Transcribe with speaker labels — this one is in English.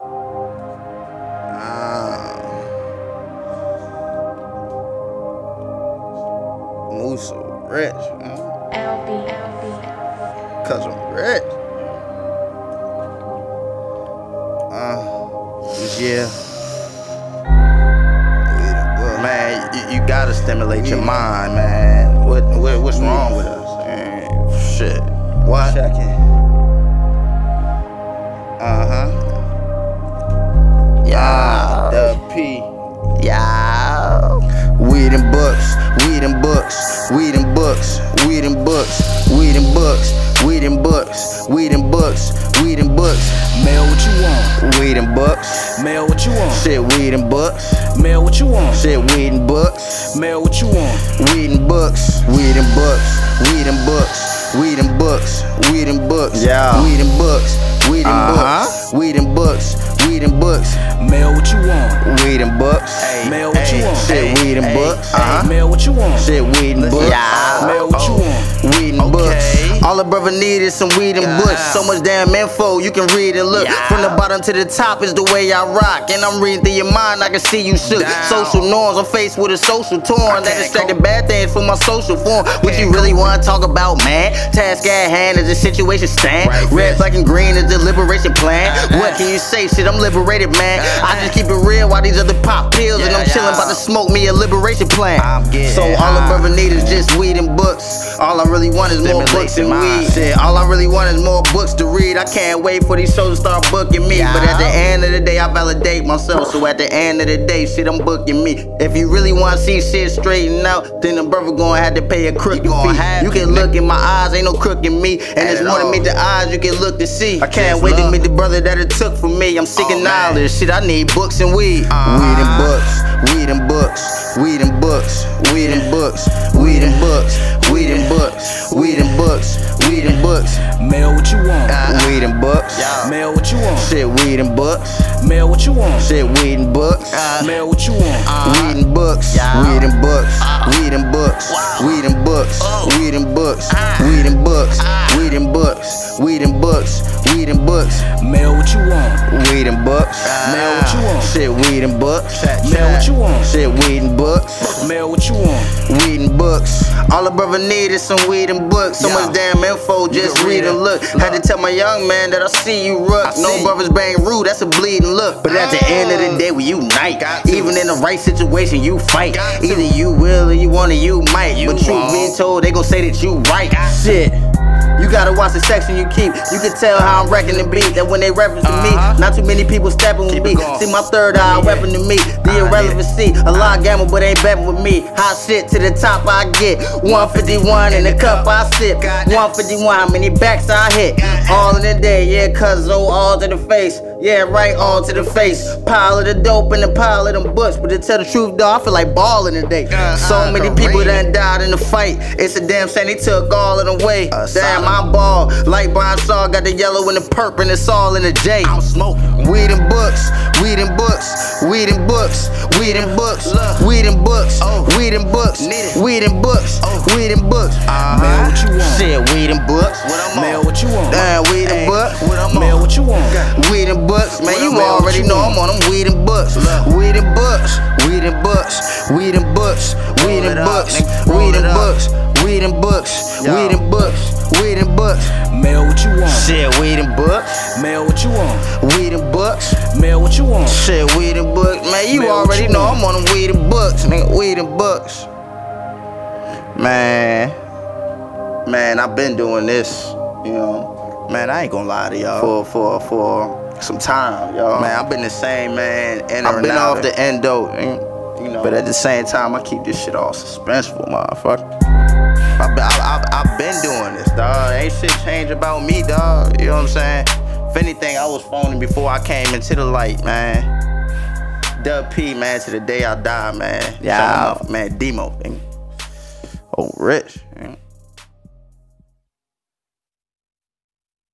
Speaker 1: Ah. rich. mm,
Speaker 2: LB, LB.
Speaker 1: Cause I'm rich. Uh, yeah. Well, man, you, you gotta stimulate your mind, man. What, what what's wrong with us? Eh, shit. What?
Speaker 3: Check it.
Speaker 1: Uh huh. Yeah. Ah, The P. Yeah. Weed and books, weed and books, weed and books, weed and books, weed and books, weed and books, weed and books, weed and books,
Speaker 3: Mail what you want.
Speaker 1: weed and books.
Speaker 3: Mail what you want.
Speaker 1: Shit, weed and books.
Speaker 3: Mail what you want.
Speaker 1: Shit, weed and books.
Speaker 3: Mail what you want.
Speaker 1: Weed and books, weed and books, weed and books, weed and books, weed and books.
Speaker 3: Yeah.
Speaker 1: Weed and books, weed and books,
Speaker 3: Uh-huh.
Speaker 1: weed and books, weed and books.
Speaker 3: Mail what you want.
Speaker 1: Weed and books.
Speaker 3: Mail what you want.
Speaker 1: Shit, weed and books. Uh-huh.
Speaker 3: Mail what you want.
Speaker 1: Shit, weed and books.
Speaker 3: Yeah. Mail what you want.
Speaker 1: Weed and books. All a brother need is some weed and books. So much damn info you can read and look. From the bottom to the top is the way I rock. And I'm reading through your mind, I can see you shook. Social norms, I'm faced with a social torn. That distracted bad things from my social form. What you really want to talk about, man? Task at hand is the situation stand. Red, black, and green is the liberation plan. What can you say? Shit, I'm liberated, man. I just keep it real while these other pop pills. And I'm chilling, about to smoke me a liberation plan. So all a brother need is just weed and books. All I really want is more books and weed. Shit, all I really want is more books to read. I can't wait for these shows to start booking me. But at the end of the day, I validate myself. So at the end of the day, shit, I'm booking me. If you really want to see shit straighten out, then the brother gonna have to pay a crooked fee. You can look in my eyes, ain't no crook in me. And it's one to meet the eyes you can look to see. I can't wait to meet the brother that it took for me. I'm seeking knowledge. Shit, I need books and weed. Uh-huh. Weed and books, weed and books, weed and books, weed and books, weed and books, weed and books, weed and books, weed and books,
Speaker 3: Mail what you want.
Speaker 1: weed and books.
Speaker 3: Mail what you want.
Speaker 1: Shit, weed and books.
Speaker 3: Mail what you want.
Speaker 1: Shit, weed and books.
Speaker 3: Mail what you want.
Speaker 1: Weed and books, weed and books, weed and books, weed and books, weed and books, weed and books, weed and books, weed and books, weed and books,
Speaker 3: Mail what you want.
Speaker 1: weed and books.
Speaker 3: Mail what you want.
Speaker 1: Shit, weed and books.
Speaker 3: Mail what you want.
Speaker 1: Shit, weed and books,
Speaker 3: Mail what you want.
Speaker 1: weed and books. All a brother need is some weed and books. So much damn info, just
Speaker 3: can read
Speaker 1: read and
Speaker 3: it.
Speaker 1: look. Had to tell my young man that I see you rook. No brothers bang rude, that's a bleeding look. But at the end of the day, we unite. Even in the right situation, you fight. Either you will or you want or you might. but truth being told, they gon' say that you right. Shit. You gotta watch the section you keep. You can tell how I'm wrecking the beat. That when they reference to me, not too many people stepping with me. See my third eye weapon to me. The irrelevancy, a lot gamble, but ain't betting with me. Hot shit to the top I get. 151 in the cup I sip. 151, how many backs I hit? All in the day, yeah, cuz oh, all to the face. Yeah, right, all to the face. Pile of the dope and a pile of them books. But to tell the truth, though, I feel like balling today. So many people done died in the fight. It's a damn shame they took all of them away. Damn, my ball. Like Brian Shaw, got the yellow and the purple, and it's all in the J. I'm smoking. Weed and books, weed and books, weed and books, weed and books, weed and books, weed and books, weed and books, weed and books.
Speaker 3: Mail what you want.
Speaker 1: Oh. Uh-huh. Shit, weed and books.
Speaker 3: Mail what you want.
Speaker 1: Damn, weed and books.
Speaker 3: Mail what you want.
Speaker 1: Weed and books, man, you
Speaker 3: What about
Speaker 1: already
Speaker 3: you?
Speaker 1: know I'm on them weed and books. Weed and books, weed and books, weed and books, weed and books, weed and books, weed and books, weed and books, weed and books.
Speaker 3: Mail what you want.
Speaker 1: Shit, weed and books,
Speaker 3: Mail what you want.
Speaker 1: weed and books.
Speaker 3: Mail what you want.
Speaker 1: Shit, weed and books, man, you
Speaker 3: Man, what
Speaker 1: already
Speaker 3: you
Speaker 1: know
Speaker 3: want?
Speaker 1: I'm on them weed and books, nigga, weed and books. Man, man, I've been doing this, you know. Man, I ain't gonna lie to y'all. For for for some time, y'all. Man, I've been the same man. And I've been off the endo, and, you know. But at the same time, I keep this shit all suspenseful, motherfucker. I've been, I, I, I've been doing this, dog. Ain't shit changed about me, dog. You know what I'm saying? If anything, I was phoning before I came into the light, man. Dub P, man, to the day I die, man.
Speaker 3: Yeah.
Speaker 1: Shout out, man. Demo, nigga. Oh, rich.